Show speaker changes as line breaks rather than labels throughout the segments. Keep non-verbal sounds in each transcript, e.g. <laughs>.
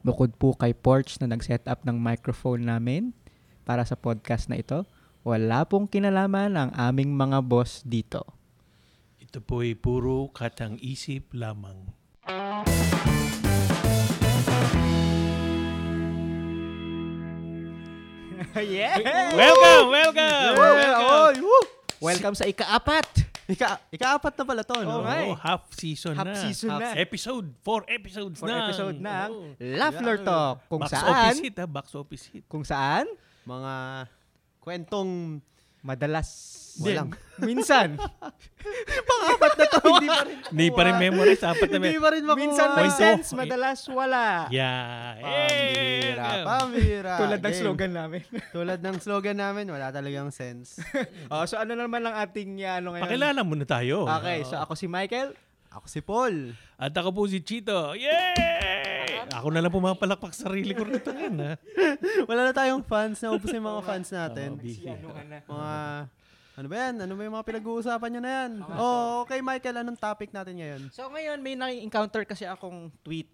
Bukod po kay Porch na nag-set up ng microphone namin para sa podcast na ito, wala pong kinalaman ang aming mga boss <laughs> dito.
Ito po'y puro katang isip lamang.
yeah!
Welcome! Welcome!
Oy, woo!
Welcome sa ikaapat!
Ika, ikaapat na pala to,
Oo
no?
nga eh.
Oh, half season
Half
na.
season na.
Episode, four episodes
For
na.
episode ng
Oo.
Laughler Talk kung
box
saan
office hit, ha? Box office hit.
kung saan
Mga kwentong...
madalas
Walang.
<laughs> minsan
Pang-apat na to, <laughs> hindi pa rin
Hindi pa rin memorize. ah, Apat na
Hindi
memorize.
pa rin makuha.
minsan may
Kwento.
sense madalas wala
Yeah. Hey,
Pamira,
welcome.
<laughs> pamira.
tulad ng
Game.
slogan namin
Tulad ng slogan namin, wala talagang <laughs> sense.
<laughs> oh so ano naman ang ating uh, ano ngayon
Pakilala muna tayo.
okay so ako si Michael
Ako si Paul.
At ako po si Chito. Yay! Ako na lang pumapalakpak sa sarili ko rito ngayon, ah. ha?
Wala na tayong fans. Naubos na yung mga fans
Oo,
natin.
busy.
Mga... Ano ba yan? Ano ba yung mga pinag-uusapan nyo na yan? Oh, okay, Michael. Anong topic natin ngayon?
so ngayon may nai-encounter kasi akong tweet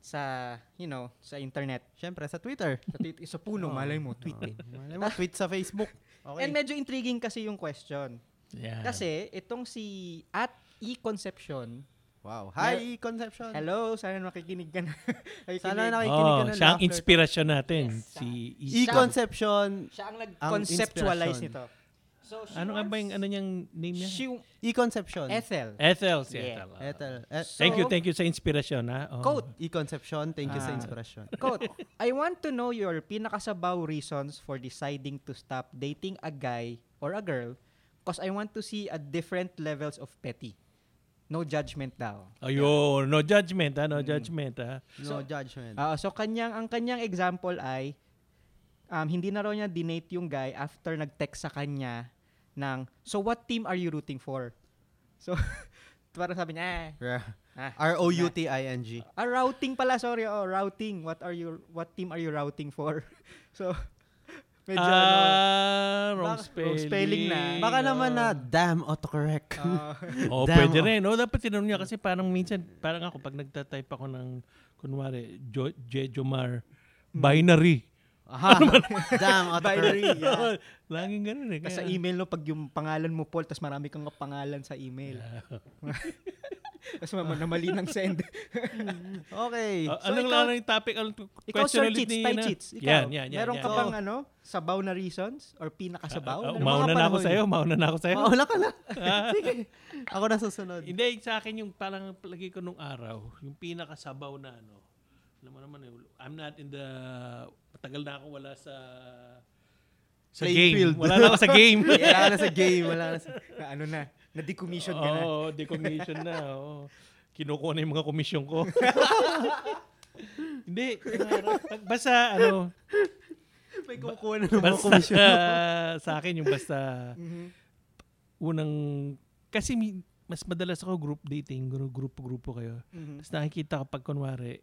sa you know sa internet
Siyempre, sa Twitter.
sa tweet sa puno <laughs> malay mo tweet eh.
Malay mo, tweet sa Facebook. Okay.
and medyo intriguing kasi yung question
Yeah.
kasi itong si at E. Concepcion
wow. Hi, Conception.
Hello, sana nakikinig ka na. <laughs> nakikinig.
Sana
oh,
nakikinig ka ng
siya ang
Laughler
inspirasyon natin. si
ah.
Isa.
E-Conception.
siya ang
Ang
nag-conceptualize
inspirasyon.
nito. So, she
Ano nga ba yung ano niyang name niya?
She,
E-Conception.
Ethel.
Ethel. Si
Yeah.
Ethel. ah.
Ethel. Eh,
Thank you, thank you sa inspirasyon, ha? Oh.
Quote,
E-Conception, thank you sa
Ah.
inspirasyon.
quote, I want to know your pinakasabaw reasons for deciding to stop dating a guy or a girl because I want to see a different levels of petty. No judgment daw.
Ayun, oh, no judgment, ha? No judgment, ah. ha? uh,
No judgment.
Ah, so, kanyang, ang kanyang example ay um, hindi na raw niya dinate yung guy after nag-text sa kanya ng, so what team are you rooting for? So, <laughs> parang sabi niya,
Yeah.
ah, ah,
R-O-U-T-I-N-G.
Ah, routing pala, sorry. Oh, routing. What are you what team are you routing for? <laughs> so medyo ano,
Ah, wrong
Baka-
spelling.
wrong spelling na.
Baka naman na, damn autocorrect. <laughs>
ano. ah,
Oo,
Damn,
pwede
oh.
rin. Oh, dapat tinanong niya kasi parang minsan, parang ako, pag nagtatype ako ng, kunwari, jo, Jejomar,
Mm.
binary.
Aha. <laughs> damn autocorrect.
binary. yeah.
<laughs> Laging ganun eh.
Tas sa
Kaya,
email no pag yung pangalan mo Paul, tas marami kang pangalan sa email.
Ah.
tas mama na mali ng
<laughs>
send.
Okay.
Ah,
So,
anong
ikaw-
anong topic? Anong
Ikaw
question
sir
ulit
cheats,
ni-
tay
na-
cheats. Ikaw,
Yan, yan, yan.
meron
yan.
ka
Oo.
bang ano, sabaw na reasons or pinakasabaw?
Ah, ah,
Ano mga
mauna na ako
panahon?
sa'yo, mauna na ako sa'yo.
Mauna ka
<laughs>
na.
Ah.
Sige. Ako na susunod.
Hindi, sa akin yung parang palagi ko nung araw, yung pinakasabaw na ano, alam mo naman, eh, I'm not in the, matagal na ako wala sa, sa
Playing
game.
field.
Wala na ako sa
<laughs>
<laughs>
game.
Wala ka na sa game. Wala ka na sa...
Na ano na, na decommission ka na.
Oo, decommission na. Oo. Kinukuha na yung mga komisyon
<laughs>
ko. Hindi. pag- Basta, ano,
May kukuha na
<laughs>
ng mga
basta
komisyon.
ah, <laughs> sa akin yung basta
Mm-hmm,
unang, kasi mi- mas madalas ako group dating, gru- grupo-grupo kayo.
Mhm.
Tapos nakikita ko pag kunwari,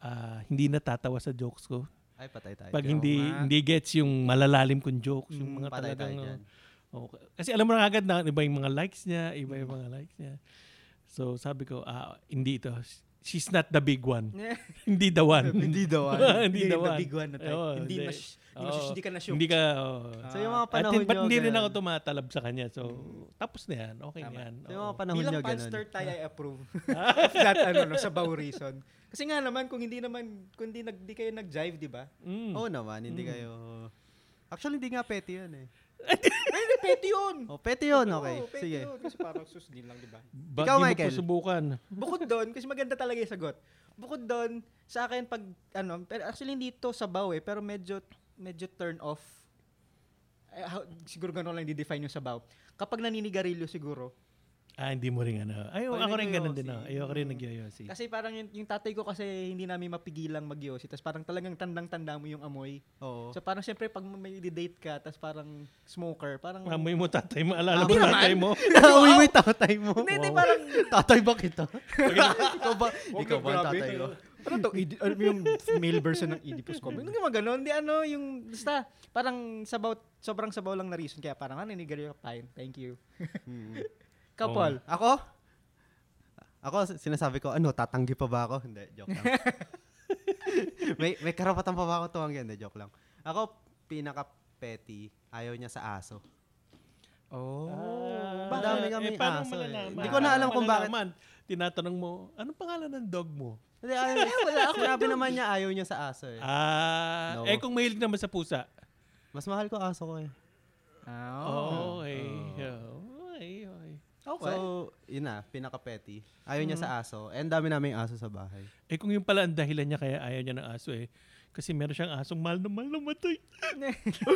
ah, hindi natatawa sa jokes ko.
Ay, patay tayo.
Pag hindi
nga.
hindi gets yung malalalim kong jokes,
Mm,
yung mga
patay tayo
talagang
dyan.
oh, kasi alam mo na agad na iba yung mga likes niya, iba yung mga likes niya. So sabi ko, ah, hindi ito. She's not the big one.
<laughs>
hindi the one.
Hindi daw. ah.
<laughs> hindi the one.
big one na type.
Oo,
hindi,
hindi.
mas, hindi, mas,
Oo.
hindi ka na sure.
Hindi ka, oh.
So yung mga
At
panahon
ba't
nyo,
hindi rin
ganun.
ako tumatalab sa kanya. So, tapos na yan. Okay na yan.
So yung
Oo.
mga panahon
Bilang
nyo, ganun.
panster tayo, I
<laughs>
approve. <laughs> of that ano, no, sabaw reason. Kasi nga naman, kung hindi naman, kung hindi, nag, di kayo nag-jive, di ba?
Mm.
Oo naman, hindi kayo... Actually, hindi nga petty yun eh.
Ay, hindi, pwede <laughs> yun!
Oh, petty yun, okay.
Oo, pwede
Sige.
yun. Kasi parang sus din lang, di ba?
Ba't
Ikaw,
di mo
Michael?
pa subukan?
Bukod doon, kasi maganda talaga yung sagot. Bukod doon, sa akin, pag, ano, pero actually hindi to sabaw eh, pero medyo, medyo turn off. Eh, how- siguro ganun lang di-define yung sabaw. Kapag naninigarilyo siguro,
Ah, hindi mo rin ano. Ayaw,
Pwede
ako rin
ko
ganun
yosi.
din. ah. Ayaw ko rin
Mm.
nagyoyosi.
Kasi parang yung, yung tatay ko kasi hindi namin mapigilang magyosi. Tapos parang talagang tandang-tanda mo yung amoy.
Oh.
Oo.
So parang siyempre pag may date ka, tapos parang smoker, parang...
Amoy mo tatay mo, alala mo
Hindi
Ah,
tatay
<laughs>
mo.
Uwi mo yung tatay mo.
Hindi, hindi,
Wow.
parang...
Tatay ba kita? <laughs> ikaw ba?
Huwag
ikaw
na,
ba ang
grabe.
tatay ko?
Ano to? Oedi- Ano yung male version ng Oedipus Complex? Hindi naman ganun. Hindi ano, yung... Basta, parang sabaw, sobrang sabaw lang na reason. Kaya "Ah, parang, ano, ninigarilyo ka, fine. Thank you.
Hmm.
Kapal.
Ako? Ako, s- sinasabi ko, ano, tatanggi pa ba ako? Hindi, joke
<laughs>
lang. may, may karapatan pa ba ako tuwanggi? Hindi, joke lang. Ako, pinaka-petty, ayaw niya sa aso.
Oh.
Ah,
Ang dami kaming
eh, paano
aso eh.
malalaman?
Hindi ko na alam kung bakit.
Malalaman, Tinatanong mo, anong pangalan ng dog mo?
Hindi, ayaw
<laughs>
niya. Sinabi naman niya, ayaw niya sa aso eh.
Ah,
No.
eh kung mahilig naman sa pusa.
Mas mahal ko aso ko eh.
Ah.
Ah.
Oh, okay. Oh, okay. okay.
Okay. Hmm.
So, yun na, pinaka-petty. Ayaw niya sa aso. And dami namin aso sa bahay.
Eh kung yung pala ang dahilan niya kaya ayaw niya ng aso eh. Kasi meron siyang asong mahal na mahal na matay.
<laughs>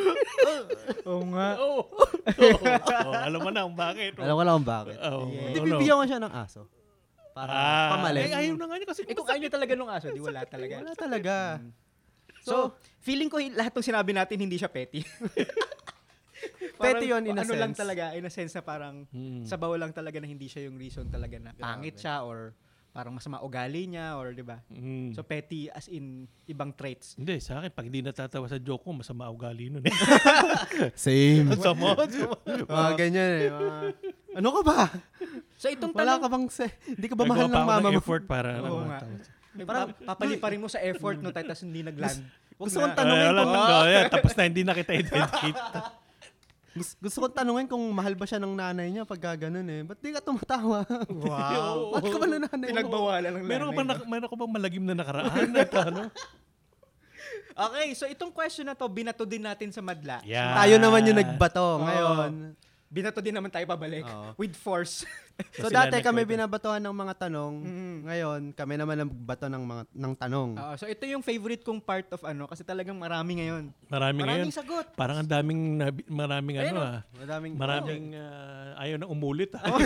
Oo nga.
<laughs> Oo. Oo, alam mo na kung bakit.
Alam ko lang kung bakit.
Oh.
Oo,
Hindi,
ano.
bibigyan ko siya ng aso. Para
Ah,
pamalit.
Eh, ayaw na nga niya kasi
Eh kung ayaw niya talaga nung aso, di wala talaga.
Wala talaga.
So, feeling ko yung- lahat ng sinabi natin hindi siya petty. <laughs>
Petty yun in a
ano lang
sense.
talaga, in a sense na parang
Hmm.
sabaw lang talaga na hindi siya yung reason talaga na pangit siya or parang masama ugali niya or di ba?
Mm.
So petty as in ibang traits.
hindi, sa akin, pag hindi natatawa sa joke ko, masama ugali nun eh.
Same.
Sama.
<laughs> mga ganyan eh. Mga, ano ka ba?
So itong
Wala
tanong,
ka bang se... Hindi ka ba mahal
Nagawa
ng
pa ako
mama mo?
effort para
Oo
ano,
nga.
tawag sa-
<laughs> parang papali pa rin mo sa effort no tapos hindi <laughs> nagland. Huwag
gusto kong
na.
tanong- Tanungin
Ay, wala
ko.
nang gawin. Tapos na hindi na kita identify.
Gus- Gusto kong tanungin kung mahal ba siya ng nanay niya pagka ganun eh. Ba't di ka tumatawa?
Wow.
<laughs> Ba't ka ba nanay mo?
Pinagbawalan ng
meron, ka
lanay, no?
ba, na- meron ka bang malagim na nakaraan? At ano?
Okay, so itong question na to, binato din natin sa madla.
Yeah.
Tayo naman yung nagbato
Oo.
ngayon.
Binato din naman tayo pabalik.
Oo.
<laughs> With force.
So,
sila
dati kami
nagkwento.
binabatuhan ng mga tanong.
Mm.
Ngayon, kami naman ang bato ng mga ng tanong.
Oo, so ito yung favorite kong part of ano, kasi talagang marami ngayon.
Marami ngayon.
Maraming sagot.
Parang ang daming, nabi- maraming ano
Ayun,
ah.
Madaming
Maraming ah, ayaw na umulit ah.
At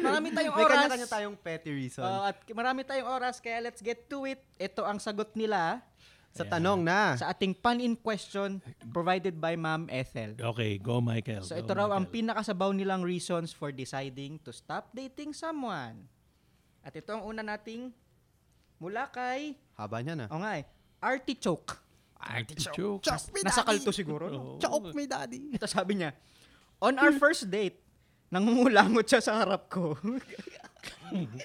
<laughs> marami tayong
May
oras.
kanya-kanya tayong petty reason.
Oo, at marami tayong oras, kaya let's get to it. Ito ang sagot nila
sa
Ayan.
tanong na.
sa ating pan-in question provided by Ma'am Ethel.
<laughs> okay, go Michael.
So
Go,
ito raw ang
Michael.
pinakasabaw nilang reasons for deciding to stop dating someone. At ito ang una nating mula kay,
Haba niya na.
o nga eh, Artichoke.
Artichoke.
Nasa kalto siguro. no?
Oo.
Chok, may daddy.
Ito sabi niya, on our first date, nangungulangot siya sa harap ko.
<laughs>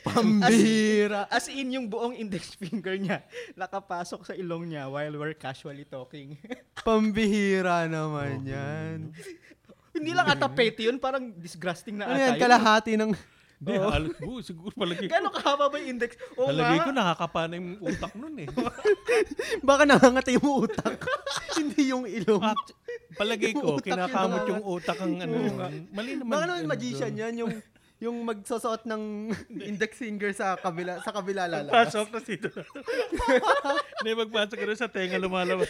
Pambira.
As in, yung buong index <laughs> finger niya nakapasok sa ilong niya while we're casually talking. <laughs>
Pambihira naman yan.
Hmm.
Hindi lang ata petty yun, parang disgusting na
Ano
ata
yan,
yun.
kalahati ng...
Hindi, halos. Oo, siguro palagi.
Gano'ng kahaba ba yung index? Oo
Palagi ko
nga.
nakakapa na yung utak nun eh.
Baka nangangati yung utak. <laughs> Hindi yung ilong.
Act- palagi ko,
Utak yun,
kinakamot
nakaka-
yung utak ang ano. Mali naman. ano.
Baka naman magician yan, yung yung magsusuot ng index finger sa kabila sa kabila lalabas.
Pasok na sito. <laughs> Hindi, magpasok ka rin sa tenga, lumalabas.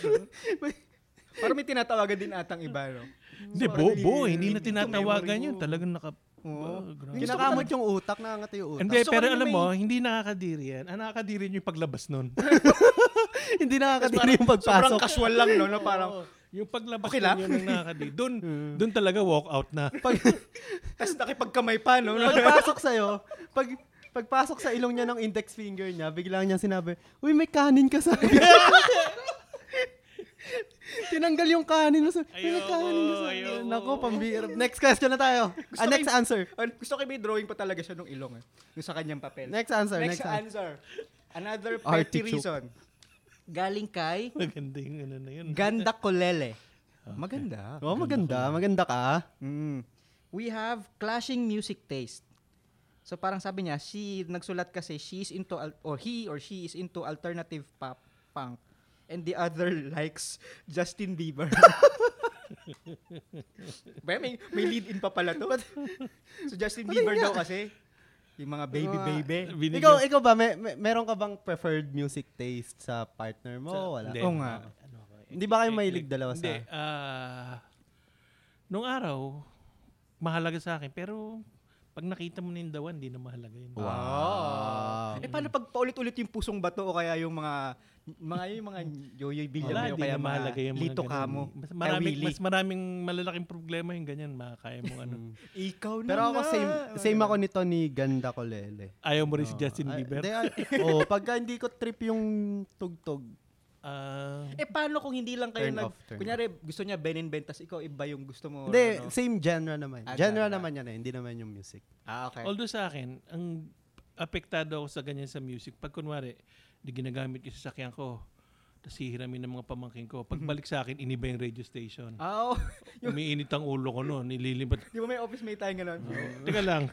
Parang may tinatawagan din atang iba, no?
Hindi, buo, buo. eh. Hindi na tinatawagan yun. Talagang naka...
Oo.
Ah, grabe.
Kinakamot yung utak, nangangati yung utak.
Hindi,
Gusto ko
pero
rin
alam
may-
mo, hindi nakakadiri yan. Ang nakakadiri yun yung paglabas nun.
<laughs>
<laughs>
Hindi nakakadiri yung
Sobrang
pagpasok.
casual lang, no? no? Parang,
yung paglabas
Okay
okay
lang.
yun yung nakakadiri. Doon, doon talaga walk out na. <laughs>
Pag,
tapos nakipagkamay pa, no? no?
pagpasok sa'yo, pag, pagpasok sa ilong niya ng index finger niya, biglang niya sinabi, Uy, may kanin ka sa <laughs> Tinanggal yung kanin mo sa... Uy, may
Ayoko,
kanin ka sa
ayoko.
Nako, pambira. Next question na tayo. Ah, next
ko yung-
answer.
Ah, gusto ko may drawing pa talaga siya nung ilong, eh. Yung sa kanyang papel.
Next answer.
Next
Next, answer.
answer. Another petty
Artichoke.
reason. Galing kay
Maganda yung ano na yun.
Ganda Kolele. Maganda.
Oh, maganda. Maganda ka. ah.
Mm. We have clashing music taste. So parang sabi niya, she nagsulat kasi she's into al- or he or she is into alternative pop punk and the other <laughs> likes Justin Bieber. <laughs> Ba, may, may lead in pa pala to. <laughs> so Justin Bieber daw kasi yung mga baby
Mga-
baby.
Binigyan-
Ikaw, ikaw ba, may, may- meron ka bang preferred music taste sa partner mo? Wala.
Hindi.
Oh,
Oo nga.
Ano ako eh.
Hindi ba kayo mahilig dalawa sa...
Hindi. ah, nung araw, mahalaga sa akin. Pero pag nakita mo na yung dawan, hindi na mahalaga yun.
Wow.
Eh paano pag paulit-ulit yung pusong bato o kaya yung mga mga yung mga yoyoy
Wala,
bilya o
hindi
kaya
na mahalaga
mga
yung mga
lito
ganun.
kamo.
Mas
kaya
maraming,
Willy.
mas maraming malalaking problema yung ganyan. Makakaya mo ano.
Mm.
Ikaw na
Pero ako
nga.
same, same ako nito ni Ganda Kolele.
Ayaw mo rin si Justin
Ay,
Bieber?
hindi, ay, oh, pagka hindi ko trip yung tugtog.
Ah,
Eh paano kung hindi lang kayo
Turn
nag
off, turn
kunyari gusto niya Ben and Ben tas ikaw iba yung gusto mo. or
Hindi,
ano?
same genre naman.
Ah,
genre
genre.
naman yan eh, hindi naman yung music.
Ah okay.
although sa akin, ang apektado ako sa ganyan sa music. Pag kunwari, di ginagamit yung sasakyan ko, tapos hihiramin ng mga pamangkin ko. Pagbalik
Mm-hmm.
sa akin, iniba yung radio station.
Oo.
Umiinit ang ulo ko noon, nililipat.
Ah, oh, <laughs> Di ba may office mate tayo gano'n?
Mm.
Teka lang.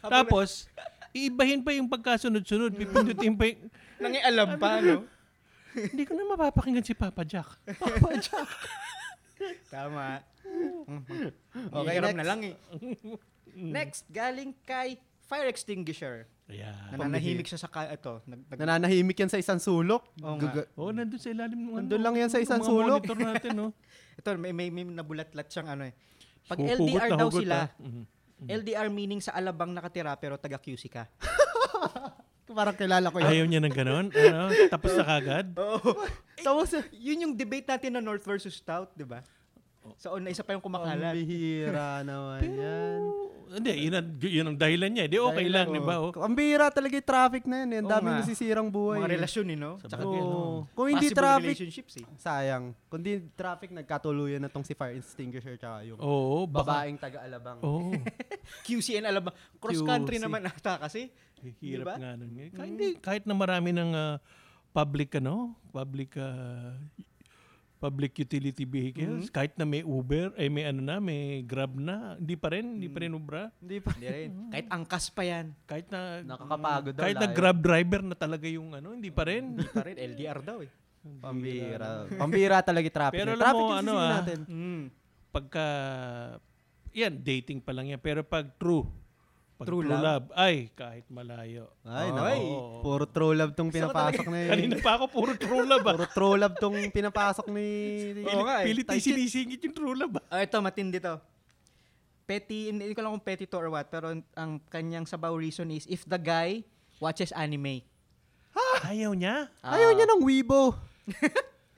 Tapos, iibahin pa yung pagkasunod-sunod. Pipindutin pa yung,
Nangialam pa, no?
hindi ko na mapapakinggan si Papa Jack. Papa Jack.
Tama.
Okay,
Okay, hirap na
next.
lang eh. Next, galing kay fire extinguisher.
Ah,
Ayan.
Ano
Nananahimik siya sa ka- ito. Nag- nag-
Nananahimik yan sa isang sulok.
Oo
Gaga-
Oh, nandun sa ilalim ng
Nandun lang yan sa isang
mga
sulok.
monitor natin,
<laughs>
no?
ito, may, may, may nabulatlat siyang ano eh. Pag
Hugot
LDR
na
daw
hugot,
sila,
ah. Mhm.
LDR meaning sa alabang nakatira pero taga QC ka.
Parang kilala ko yan.
Ayaw niya ng ganun. Ano? Tapos na
<laughs>
kagad.
Oo. Eh, Tapos, yun yung debate natin na North versus South, di ba? Sa so, na isa pa yung
Ang
kumakalat.
bihira naman yan.
Hindi, yun ang, yun ang dahilan niya. Di okay
Dahilan,
lang,
oh.
di ba? Oh.
Ang bihira talaga yung traffic na yan. eh. Ang
Oo
daming
nga.
nasisirang buhay.
Mga
eh.
relasyon, eh, no? Oh, Tsaka,
bagay,
Oo.
no?
Kung hindi
possible
traffic,
relationships, <laughs> eh.
sayang. Kung hindi traffic, nagkatuluyan na tong si fire extinguisher tsaka yung
Oo, baka. Oh.
babaeng taga-alabang.
Oo.
QC and alabang. Cross-country
QC.
naman ata kasi.
Hirap
Diba?
nga nun. Kahit, hindi, kahit na marami ng ah, public, ano, public, ah, public utility vehicles,
Mm.
kahit na may Uber, eh may ano na, may Grab na, hindi pa rin, hindi
Mm.
pa rin Ubra.
Hindi pa.
Hindi rin. Kahit angkas pa yan.
Kahit na,
Nakakapagod daw.
kahit na
layo.
Grab driver na talaga yung ano, hindi pa rin.
Hindi pa rin. LDR daw eh.
Pambira. Pambira talaga yung traffic.
Pero
Yung
alam
traffic
mo,
yung
ano,
sisingin
ah,
natin.
Mm.
pagka yan dating pa lang yan pero pag true pag
True
true,
love?
love. ay kahit malayo
Ay,
Ay.
nako. Puro true love tong pinapasok
Eh.
na yun.
<laughs> kanina pa ako puro true love ah.
Puro true love tong pinapasok ni...
<laughs> Oo nga eh.
pilit
Tay shit.
isinisingit yung true love ah.
Ah, ito, matindi to. Petty, hindi hindi ko lang kung petty to or what, pero ang- ang kanyang sabaw reason is if the guy watches anime.
ayaw niya
Ah.
Ayaw niya ng
<laughs>
Weibo.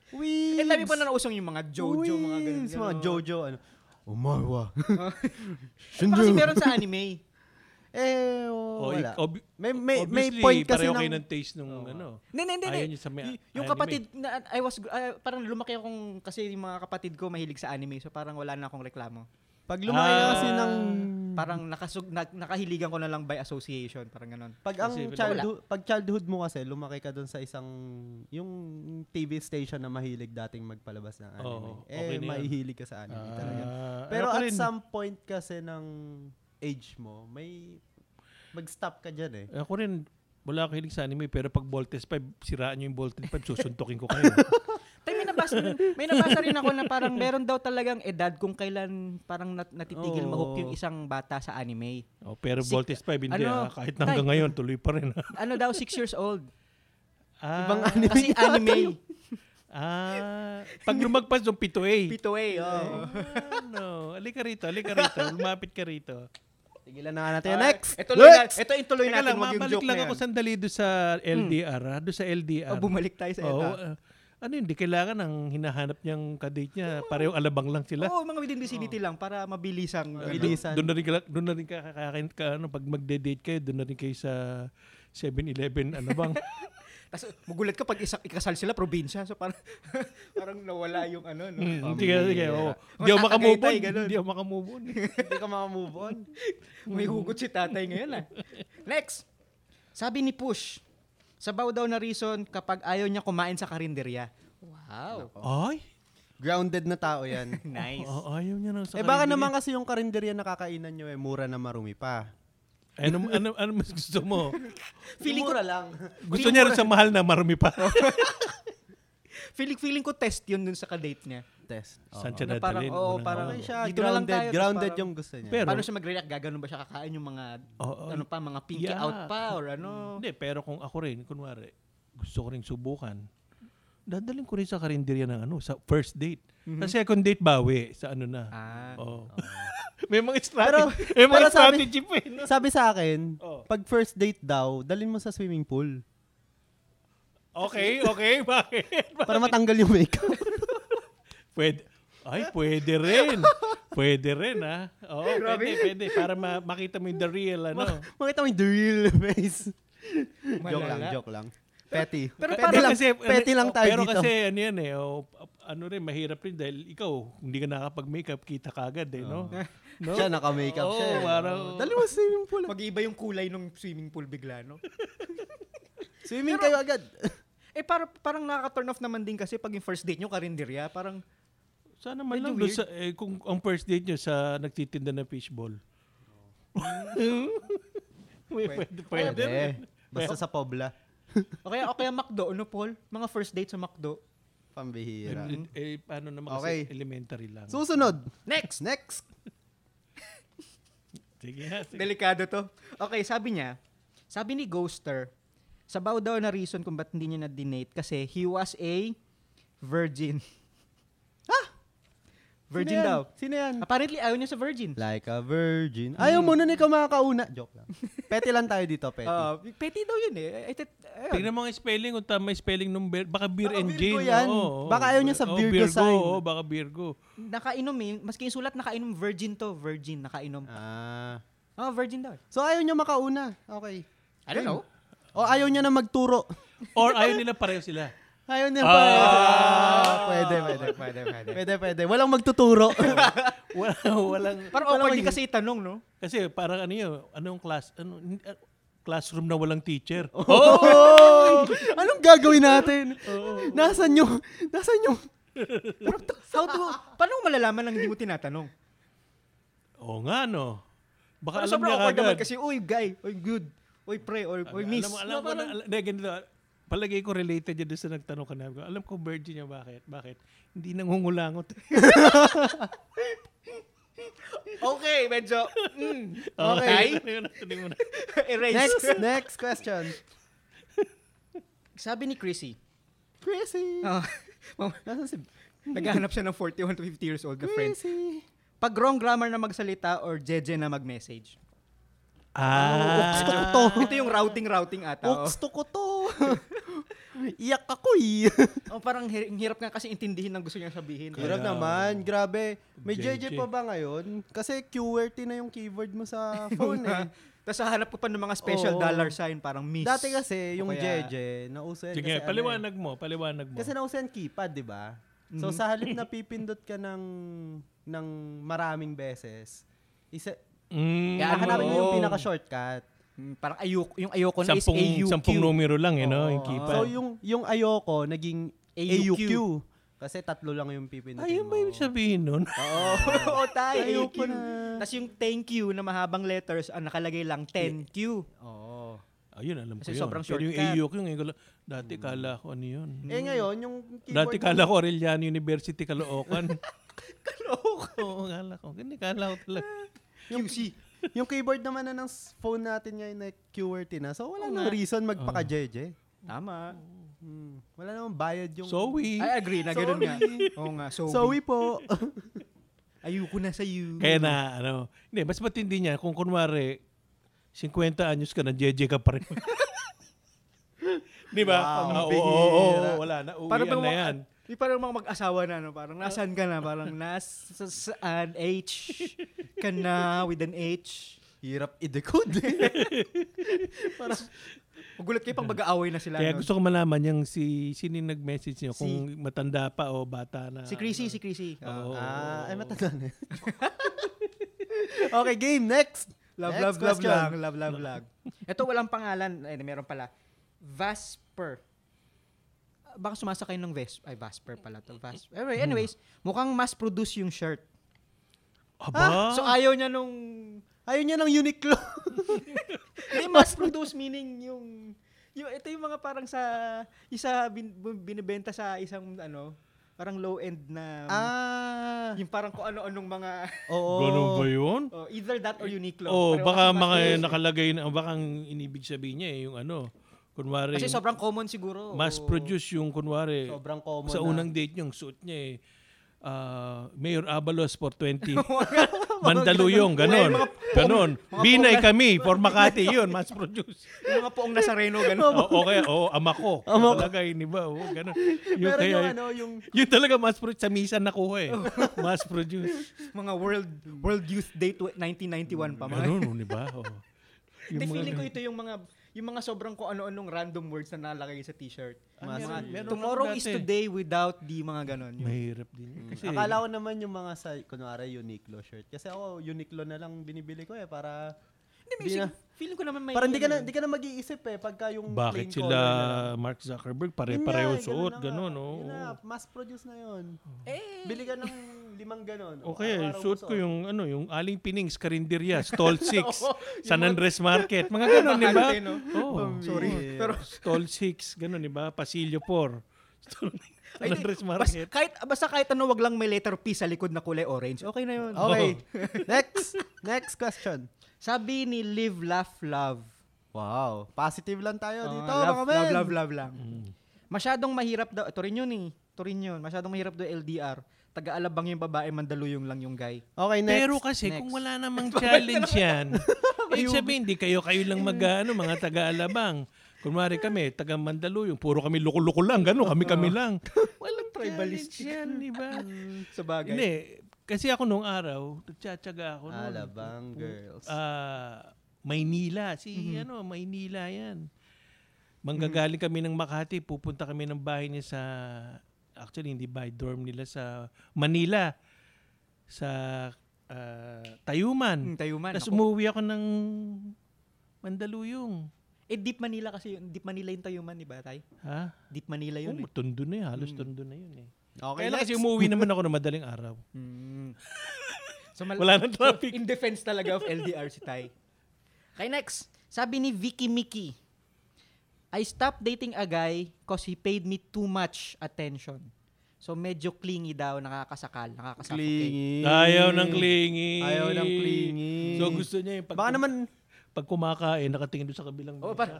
Weebs.
Eh, labi pa na nausong yung mga Jojo, mga ganun.
Weebs, Mga Jojo, ano. Umarwa.
Kasi
Shunjo.
meron sa anime.
<laughs> Eh,
Oh,
oh, wala.
ik- ob-
May, may, may
obviously,
point kasi
pareho
ng...
kayo ng taste nung ano
Hindi, hindi, hindi.
Ayaw
hindi.
niya sa may-
Y- yung
anime.
kapatid, na, I was, ah, parang lumaki akong, kasi yung mga kapatid ko mahilig sa anime, so parang wala na akong reklamo.
Pag lumaki
Ah.
kasi ng...
Parang nakasug, na- nakahiligan ko na lang by association, parang ganun.
Pag ang
Kasi wala.
childhood, pag childhood mo kasi, lumaki ka doon sa isang, yung TV station na mahilig dating magpalabas ng anime.
Oo, okay
eh,
na yun.
mahihilig ka sa anime talaga.
Ah,
Pero
ano ka
at
rin?
some point kasi ng age mo, may mag-stop ka dyan eh.
ako rin wala ako hilig sa anime pero pag Voltes 5 siraan niyo yung Voltes 5 susuntukin ko
<laughs>
kayo
Tay, may nabasa, rin- may nabasa rin ako na parang meron daw talagang edad kung kailan parang nat- natitigil
Oo.
mahook yung isang bata sa anime.
oh, pero
Sik-
Voltes 5 hindi
ano,
ah. kahit na hanggang
Tay.
ngayon tuloy pa rin ah.
Ano daw, six years old.
ah,
<laughs> Ibang anime.
<laughs>
Kasi anime.
ah, pag lumagpas yung 7A
Pito eh, oh.
ano? Alika rito, alika
<laughs>
rito. Lumapit ka rito.
Tigilan na nga natin. yan.
Ah,
Next!
Ito, tuloy na,
Next!
ito yung tuloy
Teka
natin,
lang,
wag yung
mabalik
joke
lang
na
ako
yan.
sandali doon sa LDR. ah. Doon sa LDR.
Oh, bumalik tayo sa
Oo,
eta.
ah, ano yun, di kailangan ang hinahanap niyang kadate niya. Pareho alabang lang sila.
Oo, mga within vicinity lang para mabilisang.
Mabilis. bilisan.
Doon na rin, kala- doon na rin ka, kakain ka, ano, pag magde-date kayo, doon na rin kayo sa 7-Eleven, ano
<laughs>
bang?
Tapos magulat ka pag isa, ikasal sila, probinsya. So parang, <laughs> parang nawala yung ano, no?
Mm, sige, sige. oo.
Mga
Di ako makamove on.
tatagay tayo, ganun.
Di ako makamove on. eh.
Hindi ka makamove on.
May hugot si tatay ngayon ah. Next. Sabi ni Push, sabaw daw na reason kapag ayaw niya kumain sa karinderya. Wow.
Ay?
<laughs> Grounded na tao
<laughs>
yan.
Nice.
Oo, ayaw niya nang sa
eh baka
karinderya.
naman kasi yung karinderya na kakainan nyo eh, mura na marumi pa.
Ano, ano, ano mas gusto mo?
<laughs> Feeling ko,
mura lang.
Gusto niya rin sa mahal na
<laughs>
marumi pa.
feeling, feeling ko test yun dun sa kadate niya.
<laughs> Test. Oo.
Saan siya
Na Ano, parang,
dadalhin?
oo,
Unang
parang-
araw.
Okay Oh. siya,
Dito na lang
grounded.
tayo, tapos
grounded
parang-
yung gusto niya.
Pero,
Paano siya mag-react? Gaganon ba siya kakain yung mga,
Oo.
ano pa, mga pinky
Yeah.
out pa or ano?
hindi, pero kung ako rin, kunwari, gusto ko rin subukan, dadalhin ko rin sa karinderya ng ano, sa first date.
Mhm.
Sa second date, bawi. Sa ano na.
Ah.
Oo. <laughs> may mga strategy.
Pero-
<laughs> may mga
pero sabi-
strategy pa
<laughs>
eh. no?
Sabi sa akin,
Oo.
Oh.
pag first date daw, dalhin mo sa swimming pool.
<laughs>
Okay, okay. <laughs> Bakit?
Para matanggal yung makeup.
Pwede. Ay, pwede
<laughs>
rin. Pwede rin, ha? Oo, pwede, pwede. Para ma- makita mo yung the real, ano.
<laughs> Makita mo yung the real face. joke
Malala.
lang, joke lang. Petty.
Pero
Petty
parang oh,
lang,
kasi, ano,
petty lang tayo
pero
dito.
kasi ano yan eh, oh, ano rin, mahirap rin dahil ikaw, hindi ka nakapag-makeup, kita ka agad eh, no? no?
Siya, naka-makeup siya.
Oo,
eh.
parang-
Dalawa swimming pool.
Mag-iba yung kulay ng swimming pool bigla, no?
Swimming kayo agad.
eh, para, parang nakaka-turn off naman din kasi pag yung first date nyo, karinderya, parang,
Sana man
Medyo
lang doon
weird.
sa, eh, kung ang first date nyo sa nagtitinda ng fishball. May pwede, pwede. rin.
Basta sa Pobla.
o kaya, o kaya McDo, ano, Paul? Mga first date sa McDo.
Pambihira.
Eh, eh, paano naman kasi
Okay.
elementary lang.
Susunod.
Next!
Next.
sige, ha, sige.
Delikado to. Okay, sabi niya, sabi ni Ghoster, sabaw daw na reason kung ba't hindi niya na-denate kasi he was a virgin. <laughs> ah! Virgin
Sino yan?
daw.
Sino
<laughs>
yan?
Apparently, ayaw niya sa virgin.
Like a virgin.
Hmm.
Ayaw mo na ni kamakauna. Joke
<laughs>
lang. Petty lang tayo dito, petty.
Ah, petty daw yun eh. I, I, ayun.
Tingnan mo ang spelling kung tama yung spelling ng beer. Baka beer
Baka
and
Virgo
Jane.
yan.
oo, oo.
Baka ayaw niya sa
Oo,
Virgo sign.
oo, baka Virgo.
Nakainom eh. Maski yung sulat, nakainom virgin to. Virgin, nakainom.
Ah.
Ah, virgin daw. eh.
So ayaw niya makauna. Okay.
I don't know.
O ayaw niya na magturo.
Or ayaw nila pareho sila.
Ayaw niya
Ah!
pa. pwede, pwede, pwede, pwede. Ah! Pwede, pwede. Walang magtuturo.
Wala, walang...
Parang
<laughs> Walang
awkward din
mag-
kasi itanong, no?
Kasi parang ano yun, anong class, ano, hindi- ah, classroom na walang teacher.
oh! Anong gagawin natin? Nasaan yung, nasaan yung,
Pero to- how to, paano mo malalaman nang hindi mo tinatanong?
Oo nga, no.
Parang
Baka alam
sobrang
niya
awkward naman
agad.
kasi, uy, guy, uy, good, uy, pre, or, uy, miss.
Alam mo, alam ko na, ala- hindi, ganito. Palagay ko related yun doon sa nagtanong ka namin. Alam ko virgin niya, bakit? Bakit? Hindi
<laughs>
nangungulangot.
Okay, medyo, mm,
<laughs>
okay.
Okay. Ayun, tuloy mo na.
<laughs> Erase.
<laughs> next, next question.
Sabi ni Chrissy,
Crazy.
ah, <laughs> mam-
Uh-huh. Nasaan si
naghahanap siya ng 41 to 50 years old na friend.
Crazy.
Pag wrong grammar na magsalita or jeje na mag-message.
Ah.
Gusto ko to.
<laughs> Ito yung routing-routing ata. Oh.
Gusto ko to. <laughs> Iyak ako eh.
Oh, parang hir- ang hirap nga kasi intindihin ang gusto niya sabihin. Ano?
Hirap naman, grabe. May
JJ.
JJ pa ba ngayon? Kasi QWERTY na yung keyword mo
<laughs>
sa phone eh.
Tapos hahanap ko pa ng mga special
Oo.
dollar sign, parang miss.
Dati kasi yung
O kaya-
JJ, nauso yan
Sige,
kasi ano eh.
paliwanag mo, paliwanag mo.
Kasi nauso yan keypad, di ba? So
Mm-hmm.
sa halip na pipindot ka ng, ng maraming beses, isa,
Mm,
Kaya
ano,
hahanapin mo yung
Oo.
pinaka-shortcut.
Mm, parang ayoko, yung ayoko na is
sampung,
AUQ.
sampung numero lang, eh, no?
Oo.
Yung keypad.
So yung, yung ayoko, naging
AUQ.
AUQ. Kasi tatlo lang yung pipindutin
Ayun
mo.
ba yung sabihin nun? <laughs>
Oo, oh, tayo.
Ayoko na.
Tapos yung thank you na mahabang letters, ang nakalagay lang 10Q.
Oo.
Ayun, alam ko
Kasi
yun.
sobrang
Pero yung
shortcut.
AUK, yung ngayon, dati kala ko ano yun.
Eh ngayon, yung Hmm. keyboard
Dati
mo-
kala ko Arellano University,
<laughs>
Caloocan. <laughs> Caloocan? Oo, kala ko. Ganun, kala ko talaga.
QC.
yung keyboard naman na ng s- phone natin ngayon na QWERTY na. So, wala
Oo
nang
nga.
reason magpaka-JJ.
Tama.
Hmm. Wala namang bayad <laughs> yung...
Zoe.
I agree na ganun nga. Oo nga, so,
So, we po. <laughs>
ayoko na sa you.
Kaya na, ano. Hindi, mas matindi niya kung kunwari, 50 anyos ka na, JJ ka pa rin. <laughs> Di ba?
Wow,
Ah, Oo,
bihira.
oo, oo, wala na. Uwi
parang bang
na
mga-
yan.
Yung parang mga mag-asawa na, no? parang nasaan ka na? Parang nasa saan? H ka na with an H.
Hirap i-decode. eh.
<laughs>
Parang, magulat kayo pang mag-aaway na sila.
Kaya
no?
gusto ko malaman yung si, sino yung nag-message niyo, kung matanda pa o bata na.
si Chrissy, si Chrissy.
Oo.
Ah,
ah, ay matanda na. <laughs> okay, game. Next.
love,
Next
love, love
question.
lang. Love, love, love. <laughs> Ito walang pangalan. Ay, meron pala. Vasper. Ah, Baka sumasakay ng Ves Ay, Vasper pala to. Vas anyway, anyways, mukhang mass-produce yung shirt.
Aba?
Ah, So, ayaw niya nung... <laughs>
Ayaw niya ng Uniqlo.
Hindi, mass-produce meaning yung... Yung, ito yung mga parang sa isa bin, bu- binibenta sa isang ano, parang low-end na
Um,
ah.
yung parang kung ano-anong mga <laughs>
Oo.
Ganun ba yun?
oh, either that or Uniqlo.
Oh,
Pero
baka
kasi
mga
mass-produced.
nakalagay na, baka ang inibig sabihin niya eh, yung ano, kunwari,
Kasi sobrang common siguro.
mass produce yung kunwari,
Sobrang common
sa
na.
unang date niya, yung suit niya eh, ah, Mayor Abalos for
<laughs>
20. Mandaluyong, ganon. Ganon. Binay kami for Makati, yun, mass produce.
Yung mga poong Nazareno, <laughs> gano'n.
o, okay, o, ama ko.
<laughs> Ama ko.
Talaga, yun iba, o, ganon.
<laughs>
Yung
Pero
kaya,
yung ano, yung...
yun talaga mass produce, sa misa nakuha
<laughs>
eh. mass produce.
mga World World Youth Day tw- 1991 pa. Mga.
Ganon, di ba? Oh.
Hindi, feeling ko ito yung mga yung mga sobrang kung ano-anong random words na nalagay sa t-shirt.
Ah,
Mga,
meron- meron
tomorrow
ako
is
dati.
today without the mga ganon. Yun.
Mahirap din. yun. Kasi,
Mm. Akala ko naman yung mga sa, kunwari, Uniqlo shirt. Kasi ako, Uniqlo na lang binibili ko eh, para...
Hindi, may
Di
isip-
na-
feeling ko naman may...
Parang di ka na, di ka na mag-iisip eh, pagka yung
bakit
plain
sila
color na lang.
Mark Zuckerberg
Yun nga,
pare-pareho
eh,
suot? oh,
na nga.
Ganun, oo.
Yun na, mass produce na yun.
Eh,
Bili ka ng limang ganon. o
Okay,
araw-araw mo
suot ko yung ano, yung Aling Pinings, Carinderia,
<laughs>
Stall 6, San Andres Market. Mga ganun, di ba?
Mahal din, no?
Oh,
sorry.
Yeah.
<laughs>
Pero,
Stall 6, ganun, di ba? Pasilyo 4. <laughs> Stall San
ay, di,
Andres
bas-
Market.
kahit, basta kahit ano, wag lang may letter P sa likod na kulay orange. Okay na yun.
Oh.
Okay.
<laughs>
next. Next question.
Sabi ni Live, Laugh, Love.
Wow. Positive lang tayo
Ah,
dito,
love,
mga men.
love, love, love lang.
Mm.
Masyadong mahirap daw. Ito rin yun eh. Ito rin yun. Masyadong mahirap daw LDR. Taga-alabang yung babae, mandaluyong lang yung guy.
Okay, next.
Pero kasi kung wala
<laughs>
namang challenge yan, eh sabihin, hindi kayo kayo lang
<laughs>
mag ano, mga taga-alabang. Kunwari kami, taga Mandaluyong, puro kami loko-loko lang, gano'n, kami-kami lang.
<laughs> Walang
Challenge yan, di ba?
Sa <laughs> bagay.
Hindi, kasi ako nung araw, nagtsatsaga ako. noon.
Alabang girls.
Ah, Maynila. Si
Mhm.
ano, Maynila yan. Manggagaling kami ng Makati, pupunta kami ng bahay niya sa, actually hindi bahay, dorm nila sa Manila. Sa ah, Tayuman.
Hmm,
Mm, Tayuman.
Tapos
Ako.
umuwi ako ng Mandaluyong.
Eh, Deep Manila kasi yun. Deep Manila yung Tayuman, di ba, Tay?
Ha?
Deep Manila yun
Oh,
eh.
tondo na yun. Halos tondo na yun eh.
Hmm. Okay,
Kaya lang
next.
kasi umuwi naman ako ng madaling araw.
Mm. So, mal-
Wala nang traffic.
in defense talaga of LDR si Tay. Okay, next. Sabi ni Vicky Mickey, I stopped dating a guy cause he paid me too much attention. So medyo clingy daw, nakakasakal, nakakasuffocate.
Clingy.
Ayaw ng clingy.
Hmm. Ayaw ng clingy.
So gusto niya yung pag,
Baka naman, Oh,
pag kumakain, nakatingin doon sa kabilang
O,
mesa.
parang,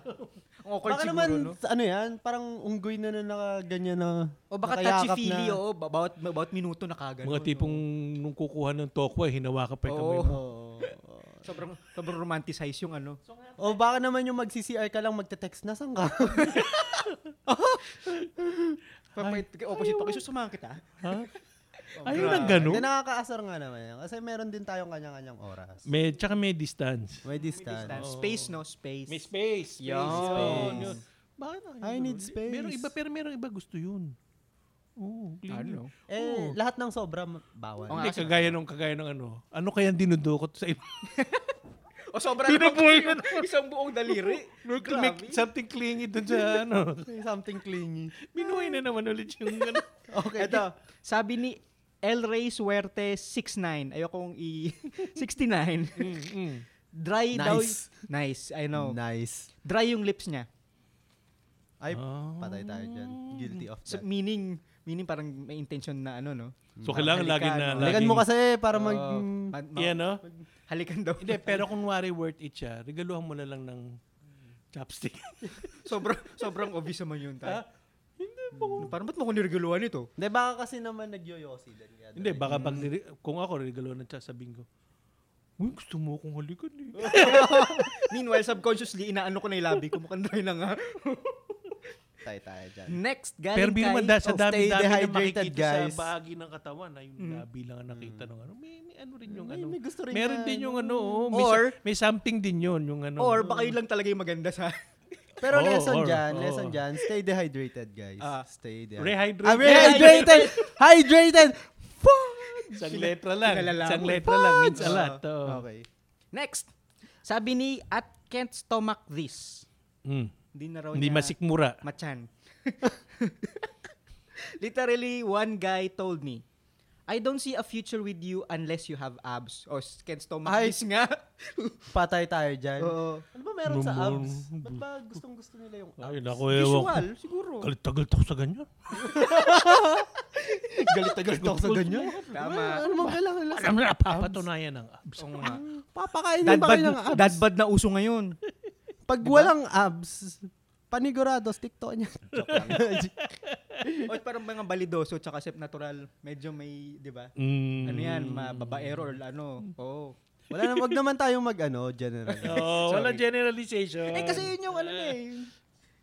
ang awkward
baka
siguro,
naman,
no?
ano yan, parang unggoy na na nakaganyan na.
O baka oh.
nakayakap
touchy-feely,
na.
oo, bawat, bawat minuto na kagano'n.
Mga tipong nung kukuha ng tokwa, hinawakan pa yung kamay mo.
Oo. <laughs> sobrang, sobrang romanticize yung ano.
O baka naman yung mag-CCR ka lang, magte-text na,
<laughs>
saan ka?
Papait, opposite pa kayo, susamahan kita.
Ha? <laughs> Ayun ang
Ano?
ganun.
Hindi, nakakaasar nga naman yan. Kasi meron din tayong kanya-kanyang oras.
May, tsaka may distance.
May distance.
Distance. Space, no? Space.
space.
Yun. space.
Yun. Bakit ang
I
ganun?
need space.
Merong iba, pero merong iba gusto yun. Oo,
I don't know.
Eh, lahat ng sobra, ma- bawal.
Oo nga.
Hindi, kagaya nung, kagaya nung ano. Ano kaya dinudukot
<laughs>
sa inyo?
O sobrang
Pinupuyo
yung isang buong
<laughs>
daliri. Grabe.
Make something clingy dun sa
<laughs>
ano.
May something clingy.
Binuhay na naman ulit yung ano.
Okay, ito.
Sabi ni El Rey Suerte 69. Ayokong i <laughs> 69.
Mm, mm.
Dry daw.
Nice.
Nice, I know.
Nice.
Dry yung lips niya.
Ay,
Ah.
patay tayo dyan. Guilty of
So,
that.
meaning meaning parang may intention na ano no.
So, kailangan lagi na...
Delikado.
Balikan
laging-
mo kasi para mag...
Oh.
Oo. Ma- ma-
Yan, no?
Halikan daw.
Hindi, pero kung wari worth it siya, regaluhan mo na lang ng chopstick.
sobrang sobrang obvious naman yun tayo.
Ah,
Hindi po. Parang ba't mo ko nireguluhan <laughs> ito?
Hindi, baka kasi naman nagyoyosi din. Kaya
Hindi, baka pag nire- kung ako, regaluhan ng chopstick, sabihin ko, Uy, gusto mo akong halikan eh.
Meanwhile, subconsciously, inaano ko na yung labi ko. Mukhang dry na nga.
Tayo tayo dyan.
Next, galing
Pero biro mo
kay...
dahil sa
Oh,
dami-dami
stay
na
dehydrated,
makikita
guys.
sa bahagi ng katawan, ay yung labi lang ang nakita ng ano. May, may ano rin yung
May-
ano.
may gusto rin
Meron
na,
din yung ano. oh,
Or-
may, sa- may something din yun, yung ano.
Or baka yun lang talaga yung maganda sa...
Pero
Oo,
lesson
Oh, or-
dyan,
oo.
lesson dyan, stay dehydrated, guys.
Ah.
stay dehydrated.
Rehydrate.
Ah, rehydrated! Hydrated!
<laughs> Isang letra lang.
Pinalala
Isang
mo.
letra lang means a
Ah,
lot. oh.
Okay.
Next, sabi ni at can't stomach this.
Mm.
Hindi na raw
Hindi
niya
masikmura.
Machan. <laughs> Literally, one guy told me, I don't see a future with you unless you have abs. O, s- can't stomach
Ay.
this nga.
Patay tayo dyan.
Oo.
Ano ba meron sa
Lumon.
abs? Ba't ba gustong gusto nila yung abs?
Ay, naku, ewan ko.
Visual, siguro.
Galit-galit ako sa ganyan.
Galit-galit ako sa ganyan.
Tama.
Ano bang kailangan lang?
Alam na, papatunayan ng abs.
Oo nga.
Papakainin ba
Dadbad,
kayo ng abs?
dadbad na uso ngayon. <laughs>
Pag walang abs, panigurado, stick to niya. <laughs> Joke lang.
o, parang mga balidoso tsaka sep natural. Medyo may, di ba?
Mm.
<laughs> Ano yan, mababaero or ano. Oo.
Wala na, wag naman tayo mag ano, general.
Oh, wala
Sorry.
generalization.
Eh, kasi yun yung ano na eh.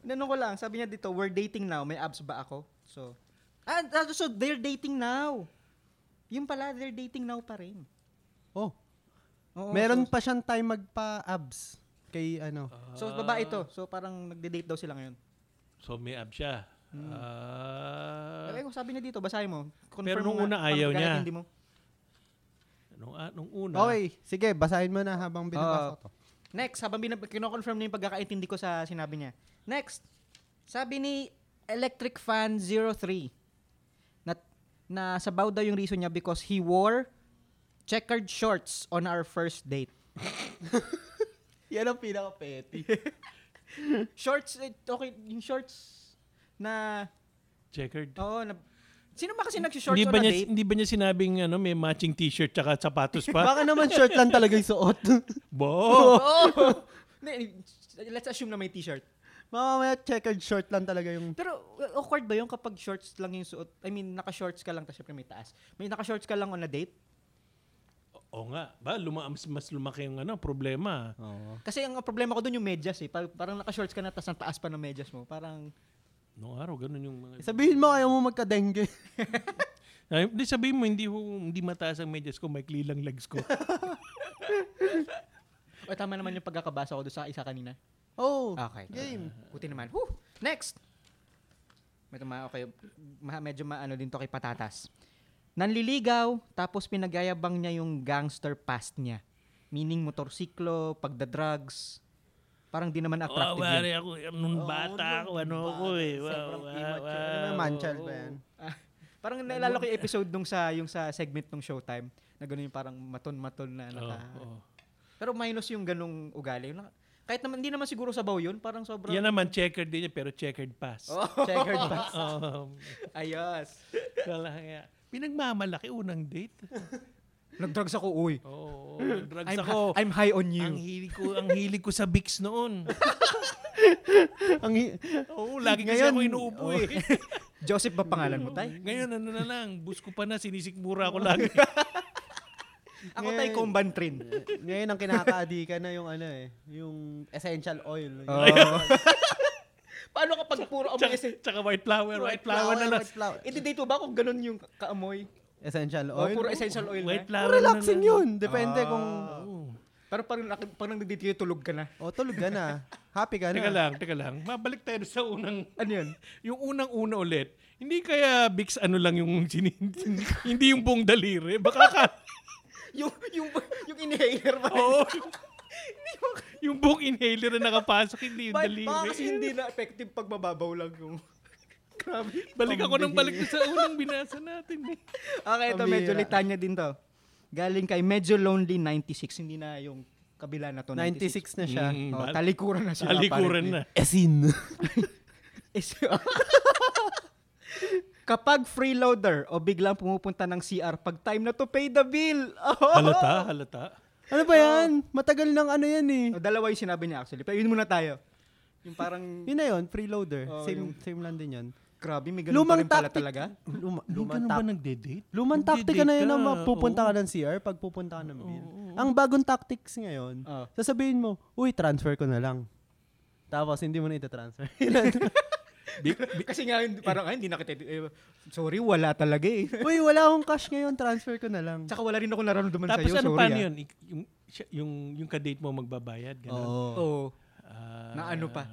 Nanong ko lang, sabi niya dito, we're dating now. May abs ba ako? So, ah, ah, so they're dating now. Yun pala, they're dating now pa rin.
Oh,
Oo,
meron
so-
pa siyang time magpa-abs. Kay ano,
Ah.
So, babae to. So, parang nagde-date daw sila ngayon.
So may ab siya. Ah,
eh, kung sabi niya dito, basahin mo. Confirm
Pero nung
mo
una
nga, parang
ayaw niya.
galit, Hindi mo.
nung, ah, nung una.
Okay, sige, basahin mo na habang
Oo.
binabasa ko to.
Next, habang binab- kinoconfirm na yung pagkakaintindi ko sa sinabi niya. Next, sabi ni Electric Fan 03 na, na sabaw daw yung reason niya because he wore checkered shorts on our first date.
Yan ang pinaka-petty.
Shorts, eh, okay, yung shorts na,
Checkered.
oo, na, sino ba kasi nag-shorts
Hindi
on
ba,
a
niya,
date?
hindi ba niya sinabing ano, may matching t-shirt tsaka sapatos
<laughs>
pa?
<laughs> Baka naman short lang talaga yung suot. <laughs>
Bo!
<laughs> <laughs> Oo. Hindi, Let's assume na may t-shirt.
Mamamaya checkered short lang talaga yung...
Pero uh, awkward ba yung kapag shorts lang yung suot? I mean, naka-shorts ka lang tapos syempre may taas. May naka-shorts ka lang on a date?
<laughs> Oo nga. Ba, luma, mas, mas lumaki yung ano, problema.
Oo.
Kasi ang problema ko doon yung medyas eh. Par- Parang naka-shorts ka na tapos ang taas pa ng medyas mo. Parang,
Nung araw, ganun yung mga...
Sabihin mo, ayaw mo magka-dengue. <laughs>
Ay, Hindi sabihin mo, hindi, ho- hindi mataas ang medyas ko, may lang legs
<laughs>
ko.
o oh, tama naman yung pagkakabasa ko doon sa isa kanina.
Oh,
Okay.
game.
Buti naman. Whew! Next! Medyo ma, okay. Ma, medyo maano din to kay Patatas. Nanliligaw, tapos pinagayabang niya yung gangster past niya. Meaning motorsiklo, pagda-drugs. Parang di naman
Oh,
attractive yun.
wari ako, nung
Oo,
bata ako, ano ako eh. Wow,
Sobrang
wow,
immature. Ano
wow,
yung manchal
wow.
ba yan?
Ah, parang naalala ko yung episode nung sa yung sa segment nung Showtime na ganun yung parang maton-maton na
Ano
Oo,
naka.
oo.
Pero minus yung ganung ugali. Yung naka- kahit naman hindi naman siguro sabaw yun, parang sobrang <laughs>
Yan naman, checkered din yan, pero checkered pass. <laughs> Oo.
checkered ba?
Oh.
Ayos.
wala nga. Pinagmamalaki unang date.
Nag-drugs ako, uy.
Oo, oh, <laughs> drugs
I'm,
ako.
I'm high on you.
Ang hilig ko, ang hilig ko sa Bix noon.
Ang hi-
<laughs> Oo, lagi kasi
Ngayon,
ako inuubo
oo.
eh.
Joseph ba pangalan mo, tay?
Ngayon ano na lang, bus ko pa na sinisikmura ko lagi.
Ako tay,
Ngayon.
Combantrin.
Ngayon ang kinakaadikan na yung ano eh, yung essential oil.
Oh. Paano kapag puro amoy?
tsaka, tsaka white flower, white flower na lang.
white flower. Oh,
Iti-date mo ba kung ganun yung kaamoy?
Essential
O
oil.
puro essential oil eh. na?
White flower
Relaxing
na lang.
yun. Depende
Ah.
kung...
Oo.
Pero parang, parang nag-date kayo, tulog ka na.
O, oh, tulog ka na. Happy ka na.
Teka lang, teka lang. Mabalik tayo sa unang,
Ano
<laughs>
yun?
yung unang-una ulit. Hindi kaya Bix ano lang yung <laughs> sinin- hindi yung buong daliri. Baka ka,
yung, yung, yung inhaler ba?
<laughs> oo. yung buong inhaler na nakapasok, hindi yung
Ba-
daliri.
Baka kasi hindi na effective pag mababaw lang yung... <laughs> Grabe.
Balik ako ng balik sa unang binasa natin. eh.
Okay, ito
Pambihira.
medyo litanya din to. Galing kay Medyo Lonely 96. Hindi na yung kabila na to.
96 na siya.
Mm.
Oh, talikuran na sila.
Alikuran na. <laughs>
Esin.
<laughs> Is- <laughs> Kapag freeloader o biglang pumupunta ng CR pag time na to pay the bill. <laughs> Oh,
Halata, halata.
<laughs> ano ba yan? Matagal nang ano yan eh.
Oh, dalawa yung sinabi niya actually. Pero yun muna tayo. Yung parang,
Yun na yun, freeloader.
Oo,
same,
yung-
same lang din yun.
grabe, may ganun pa
Lumang
rin pala
tactic.
talaga.
Luma,
Hindi
lumang
ganun
tactic.
ba nagde-date?
Lumang
Nagde-date
tactic na yun na
ka,
mapupunta
oo.
ka ng CR pag pupunta ka ng bill.
Oo, oo.
Ang bagong tactics ngayon,
Oo.
sasabihin mo, uy, transfer ko na lang. Tapos hindi mo na itatransfer.
<laughs> Kasi nga, yun, parang, ay, hindi na kita, eh, sorry, wala talaga eh.
uy, wala akong cash ngayon, transfer ko na lang.
Tsaka wala rin ako nararamdaman
Tapos
sa'yo,
ano
sorry
paano
ah.
yun? Ik- Yung, siya- yung, yung kadate mo magbabayad? Ganun.
Oo.
Oo,
Ah,
na ano pa.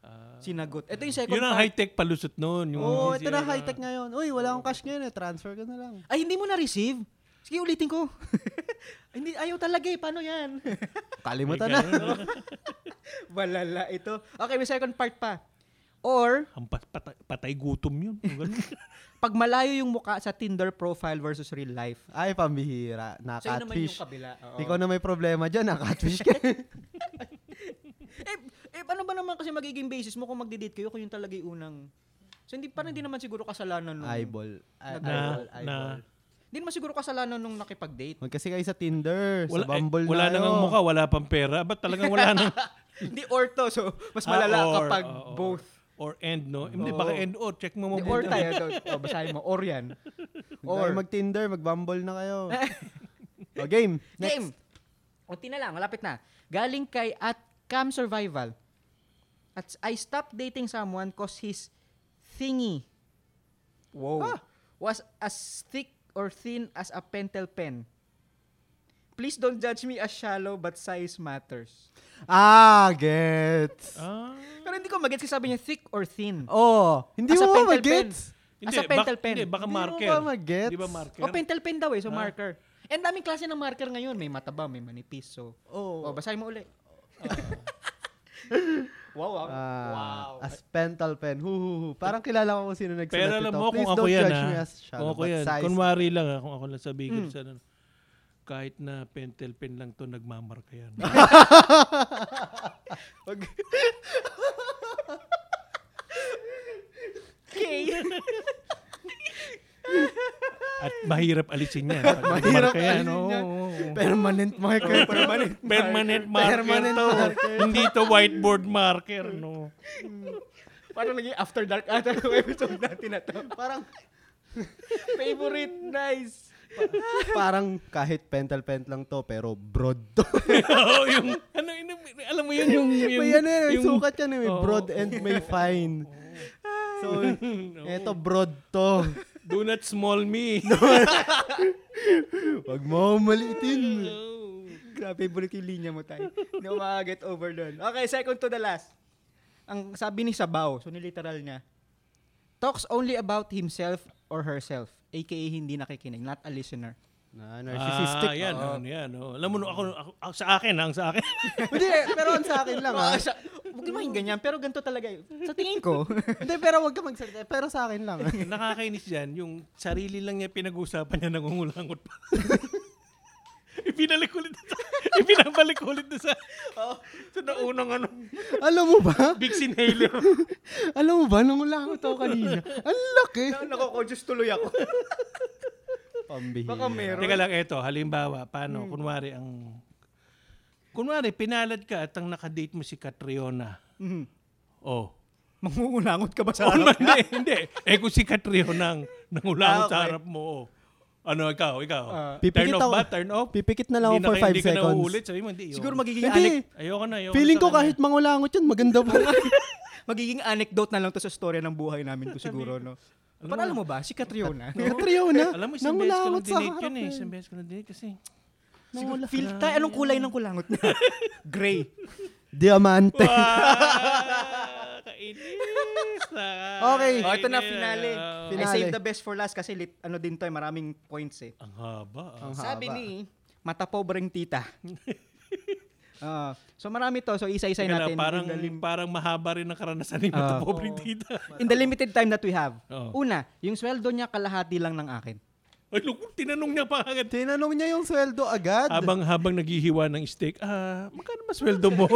ah.
Sinagot. Ito yung second
yun ang
part.
high-tech palusot noon. Yung
Oo,
yung-
ito na high-tech ngayon. Uy, wala akong cash ngayon, eh, transfer ko na lang.
Ay, hindi mo na-receive? Sige, ulitin ko. <laughs> hindi, ayaw talaga eh. Paano yan? <laughs>
Kalimutan
Ay,
na.
ganun.
Walala ito. Okay, may second part pa. Or,
ang pa- patay, patay gutom yun. Yung ganun.
pag malayo yung mukha sa Tinder profile versus real life.
Ay, pambihira.
Ah,
So, yun naman yung
Na-catfish.
kabila. Oo.
Ikaw na may problema dyan, na-catfish ka. <laughs>
Eh, eh, ano ba naman kasi magiging basis mo kung magde-date kayo kung yun talaga yung unang... So, hindi, parang hindi naman siguro kasalanan nung...
<laughs> eyeball. Ay-
Nag-
eyeball,
Na-
eyeball.
Hindi naman siguro kasalanan nung nakipag-date.
Huwag kasi kayo sa Tinder,
wala,
sa Bumble
eh, wala
na.
nang
oh.
mukha, wala pang pera. Ba't talagang wala
<laughs>
nang...
Hindi orto, so mas
Ah,
malala
or,
kapag
oo, oo.
both.
Or end, no? Hindi,
Oo.
baka end or. Check mo
Hindi,
mabuti.
or tayo. Oh, basahin mo. Or yan.
Or
Or.
mag-Tinder, mag-Bumble na kayo. o, game. Next.
Game. Unti na lang, malapit na. Galing kay at Cam Survival. At I stopped dating someone cause his thingy Ah.
Wow.
was as thick or thin as a pentel pen. Please don't judge me as shallow but size matters.
Ah, gets.
Ah,
Pero hindi ko magets kasi sabi niya thick or thin.
Oh, hindi
As a
mo ba
pentel
mag-gets?
pen. As a pentel
bak-
pen.
Hindi, baka
Hindi mo
marker.
ba mag-gets?
Di ba marker?
O pentel pen daw eh, so
Ah.
marker. And daming klase ng marker ngayon. May mataba, may manipis. So,
Oh.
oh, basahin mo uli. wow, wow.
Ah,
wow.
As pental pen. Hu, hu, hu. Parang kilala ko kung sino nagsulat
Pero alam
ito.
mo kung
Please
ako
don't
yan
judge
ha.
me as
Kung
shallow,
ako
but
yan.
size. Hmm.
Kunwari lang ha. Kung ako lang sabi ko sa ano, kahit na pentel pen lang to nagmamarka
<laughs>
yan.
Okay.
At mahirap alisin yan. Pag
<laughs> <laughs> mahirap
nagmarka yan,
alisin
oo, <laughs>
yan.
oo, oo.
Permanent marker.
<laughs>
Permanent.
Permanent marker
Permanent
to. Hindi to whiteboard marker. No.
<laughs>
<laughs>
Parang naging after dark ata yung episode natin na to.
parang,
Favorite, nice.
parang kahit pental pen lang to, pero broad to.
Oo, yung, ano, yun, alam mo yun, yung, yung,
<laughs> may ano yun, may
yung-
sukat yan. eh, May
Oo.
broad and
<laughs>
may fine. So,
Oo.
eto broad to.
do not small me.
Huwag mo
<laughs>
maliitin.
Oo.
Grabe, favorite yung linya mo tayo. Hindi ko makaka-get over doon. Okay, second to the last. Ang sabi ni Sabaw, so niliteral niya, talks only about himself or herself, aka hindi nakikinig, not a listener.
Na, narcissistic.
Ah, yan, ano, yan. oo. Alam mo, no, ako, ako, ako- sa akin, ang sa akin.
<laughs>
<laughs>
Hindi, pero ang sa akin lang ha.
Ah, siya- Huwag naman yung ganyan, pero ganito talaga. eh. Sa tingin ko,
<laughs> Hindi, pero huwag ka magsalita. Pero sa akin lang. ah.
Nakakainis yan, yung sarili lang niya pinag-uusapan niya nangungulangot pa. <laughs> Ipinalik ulit na sa, <laughs> ipinabalik ulit na sa, sa naunang ano,
Alam mo ba?
big inhaler.
Alam mo ba? Nung ulangot ako kanina. Ang laki.
nako-conscious tuloy ako.
Pambihira.
Baka meron.
Teka lang, eto, halimbawa, paano, kunwari, ang, kunwari, pinalad ka at ang nakadate mo si Catriona.
Mhm.
Oh.
Mangungulangot ka ba sa
Oh,
Ano?
harap?
<laughs> hindi, hindi. Eh kung si Catriona ang
Ah,
nangulangot sa
okay.
harap mo, oh. Ano, ikaw, ikaw.
Ah.
turn
Pipikit
off
ako-
ba? Turn off?
Pipikit na lang ako
Hindi
for
kayo-
5
hindi ka
seconds.
nauulit. Sabi mo, hindi. yun.
Siguro magiging,
Hindi.
anec-
Ayoko na, ayoko
Feeling
na sa
ko
kanya.
kahit mangulangot yun, maganda pa.
magiging anecdote na lang to sa storya ng buhay namin to siguro, no? Parang alam mo ba, ah. si Catriona,
Trio na.
Alam mo, isang beses ko lang
Nangulangot sa
dinate
harap.
yun eh. Isang beses ko lang dinate
<laughs>
kasi.
Siguro, feel tayo, anong kulay ng kulangot niya? <laughs> Gray.
Diamante.
Ah, Kainis. Ah,
Okay.
Oh, ito na,
kainis.
finale. I
Ah,
Finale.
save the best for last kasi lit, ano din to, eh, maraming points eh.
Ang haba. ah.
Ang
Sabi
haba.
ni, mata pobreng <laughs> tita. Ah, so marami to. So isa-isa
Teka lang,
natin.
parang,
in, the lim-
parang mahaba rin ang karanasan ni
Ah.
Mata Pobreng Tita.
in the limited time that we have.
Oo.
Una, yung sweldo niya kalahati lang ng akin.
<laughs> Ay, lukong tinanong niya pa agad.
Tinanong niya yung sweldo agad.
Habang habang naghihiwa ng steak, ah, magkano ba sweldo
<laughs>
mo?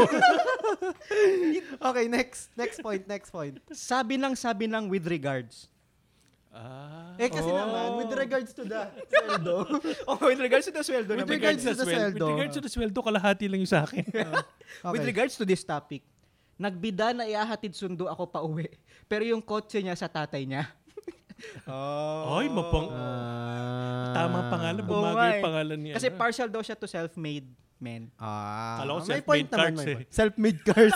Okay, next. Next point, next point.
Sabi lang, sabi lang with regards.
ah,
Eh kasi
Oh.
naman, with regards to the
<laughs>
sweldo.
<laughs> oh, with regards to the sweldo
With
naman.
regards to the
swel-
sweldo.
With regards to the sweldo, kalahati lang yung sa akin.
Okay.
With regards to this topic, nagbida na iahatid sundo ako pa uwi. Pero yung kotse niya sa tatay niya. <laughs> oh.
Ay, mapang...
Ah.
Tama pangalan,
Oo
bumago
nga eh.
yung pangalan ano. niya.
Kasi partial daw siya to self-made men.
Ah.
Kala ko
may
self-made
point naman,
cards
may
eh.
point. Self-made
<laughs>
cars.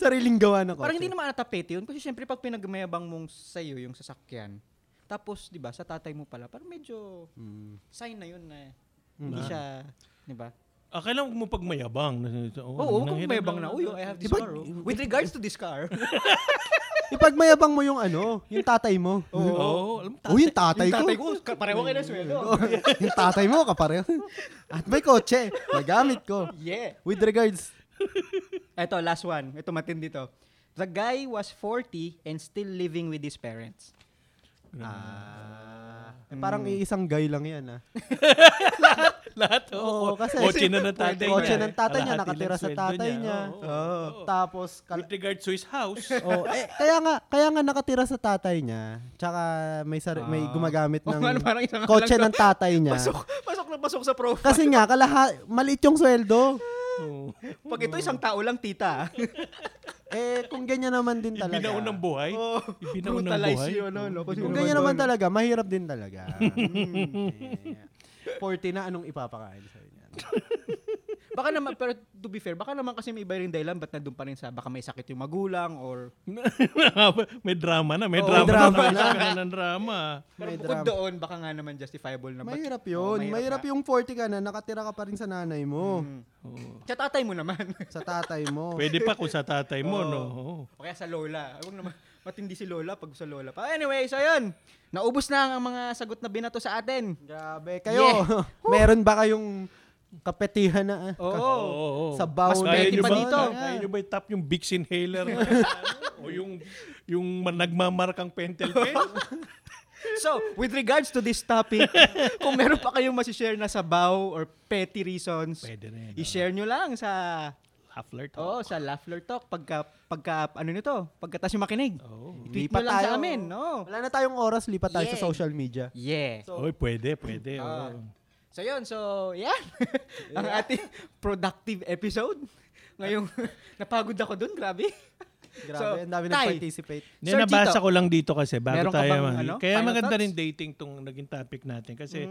Sariling gawa na ko.
Parang hindi naman natapete yun. Kasi syempre pag pinagmayabang mong sa'yo yung sasakyan, tapos, di ba, sa tatay mo pala, parang medyo
Hmm.
sign na yun na hindi
Mm.
siya, di ba?
Ah, kailangan mo pagmayabang.
Oo, oh, huwag kang mayabang na,
ano.
uyo, I have this
Diba-
car. oh. With regards to this
<laughs>
car,
Ipagmayabang mo yung ano, yung tatay mo.
Oo, oh, alam mo,
Oh, yung
yung
tatay ko.
tatay ko, ka- pareho kayo ng
<laughs>
sweldo.
yung tatay mo, kapareho. At may kotse. Nagamit ko.
Yeah.
With regards.
Eto, last one. Ito, matindi to. The guy was 40 and still living with his parents.
Ah. Eh, parang iisang guy lang yan, ah.
<laughs> lahat.
Oo,
Oo,
kasi-
kotse
<laughs>
na ng tatay
Kotse
niya.
ng tatay niya,
Kalahati
nakatira
lang
sa
sweldo
tatay niya.
Oo,
Oo.
oo.
Tapos, kal-
With regards to his house,
oh, eh, kaya nga, kaya nga nakatira sa tatay niya. Tsaka may sari- may
Ah. <laughs>
gumagamit
Oo
ng
nga, parang isang
kotse
lang
ng tatay niya.
<laughs> Pasok, pasok na pasok sa profile.
Kasi nga, kalaha, maliit yung sweldo.
oh,
Pag ito isang tao lang, tita.
Eh, kung ganyan naman din talaga.
ibinaon ng buhay.
<laughs> Oh,
Ibinaon ng
brutalize
buhay.
yun, ano, no? Kung
Kung
Ibinaon
ganyan
ng
naman
buhay.
talaga, Hmm. mahirap din <laughs> talaga. Mm. Eh, 40 na, anong ipapakain sa inyo?
Baka naman, pero to be fair, baka naman kasi may iba rin dahilan ba't nandun pa rin sa, baka may sakit yung magulang or...
<laughs> may drama na, may
Oo,
drama,
drama na.
na. Nagkakaroon ng drama.
Pero
<laughs> May
bukod
drama.
doon, baka nga naman justifiable na. ba't-
Oh, Mahirap
Oo,
yun. mahirap
na.
yung 40 ka na, Hmm. nakatira ka pa rin sa nanay mo,
Mm.
Oo.
Sa tatay mo naman. <laughs>
sa tatay mo.
Pwede pa kung sa tatay mo,
Oo.
no? Oo.
o kaya sa lola. Huwag naman, matindi si lola pag sa lola pa. Anyway, so yun. Naubos na ang mga sagot na binato sa atin.
Grabe kayo. <laughs> Meron ba kayong kapetihan na ah,
Oo.
sa
Mas
baon
Kaya
pwede
nyo
pa
ba,
dito.
kaya nyo ba itap yung big inhaler? na, ano, <laughs> o yung, yung ma- nagmamarkang pentel
<laughs>
pen?
So, with regards to this <laughs> topic, kung meron pa kayong masishare na sabaw or petty reasons,
Pwede rin. no?
i-share nyo lang sa
Half-flirt.
Oo, sa Laughler Talk pagka pagka ano nito, pagkatas yung makinig.
Oh.
I-tweet nyo lang sa amin, no?
Wala na tayong oras, lipat tayo
Yeah.
sa social media.
Yeah. So,
Oy, pwede, pwede. oh.
Ah.
oo.
so yun, so yan. <laughs> ang ating productive episode. Ngayong <laughs> napagod ako dun, grabe.
Grabe,
So,
ang dami
Tay.
nag-participate.
Hindi,
Sir
nabasa
Gito.
ko lang dito kasi bago
Meron ka
tayo
bang,
man.
ano,
Kaya
final
maganda
thoughts? Mm-hmm.
rin dating tong naging topic natin kasi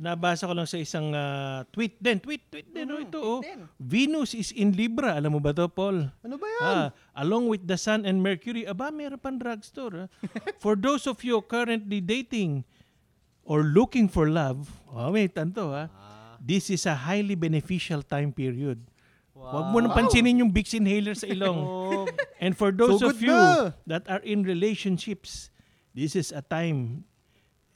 nabasa ko lang sa isang ah, tweet din. Tweet, tweet din. oh, ito, oh.
Mm-hmm. din.
Venus is in Libra. Alam mo ba to, Paul?
Ano ba yan?
Ah, along with the Sun and Mercury. Aba, meron pang
<laughs>
drugstore. ah. for those of you currently dating or looking for love, oh, wait, tanto
Ah.
ha. This is a highly beneficial time period. Huwag mo nang pansinin yung big inhaler sa ilong.
<laughs> Oh,
And for those
So
of
good
you
na.
that are in relationships, this is a time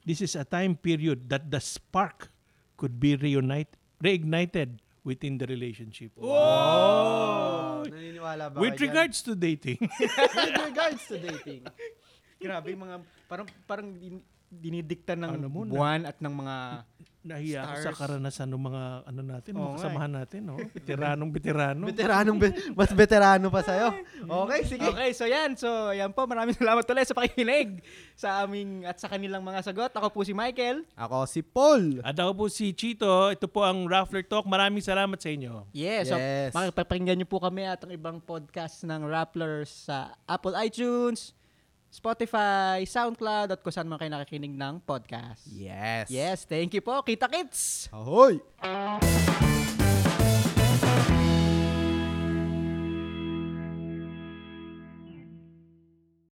this is a time period that the spark could be reunite reignited within the relationship.
Oh.
Oh.
naniniwala ba
With
kayo dyan?
regards to dating,
With regards to dating.
Grabe mga parang parang din- dinidikta ng
Ano muna?
buwan at ng mga
nahiya ako sa
Stars.
karanasan ng mga ano natin,
Oo
mga
nga eh.
kasamahan natin, no? Veteranong
<laughs>
veterano.
Veteranong, be- <laughs> mas veterano pa sa'yo. Okay, sige.
Okay, so yan. So, yan po. Maraming <laughs> salamat ulit sa pakikinig sa aming at sa kanilang mga sagot. Ako po si Michael.
Ako si Paul.
At ako po si Chito, ito po ang Raffler Talk. Maraming salamat sa inyo.
Yeah, so
Yes.
makipapakinggan niyo po kami at ang ibang podcast ng Rapplers sa Apple iTunes, Spotify, SoundCloud at kung saan man kayo nakikinig ng podcast.
Yes.
Yes, thank you po. Kita-kits!
Ahoy!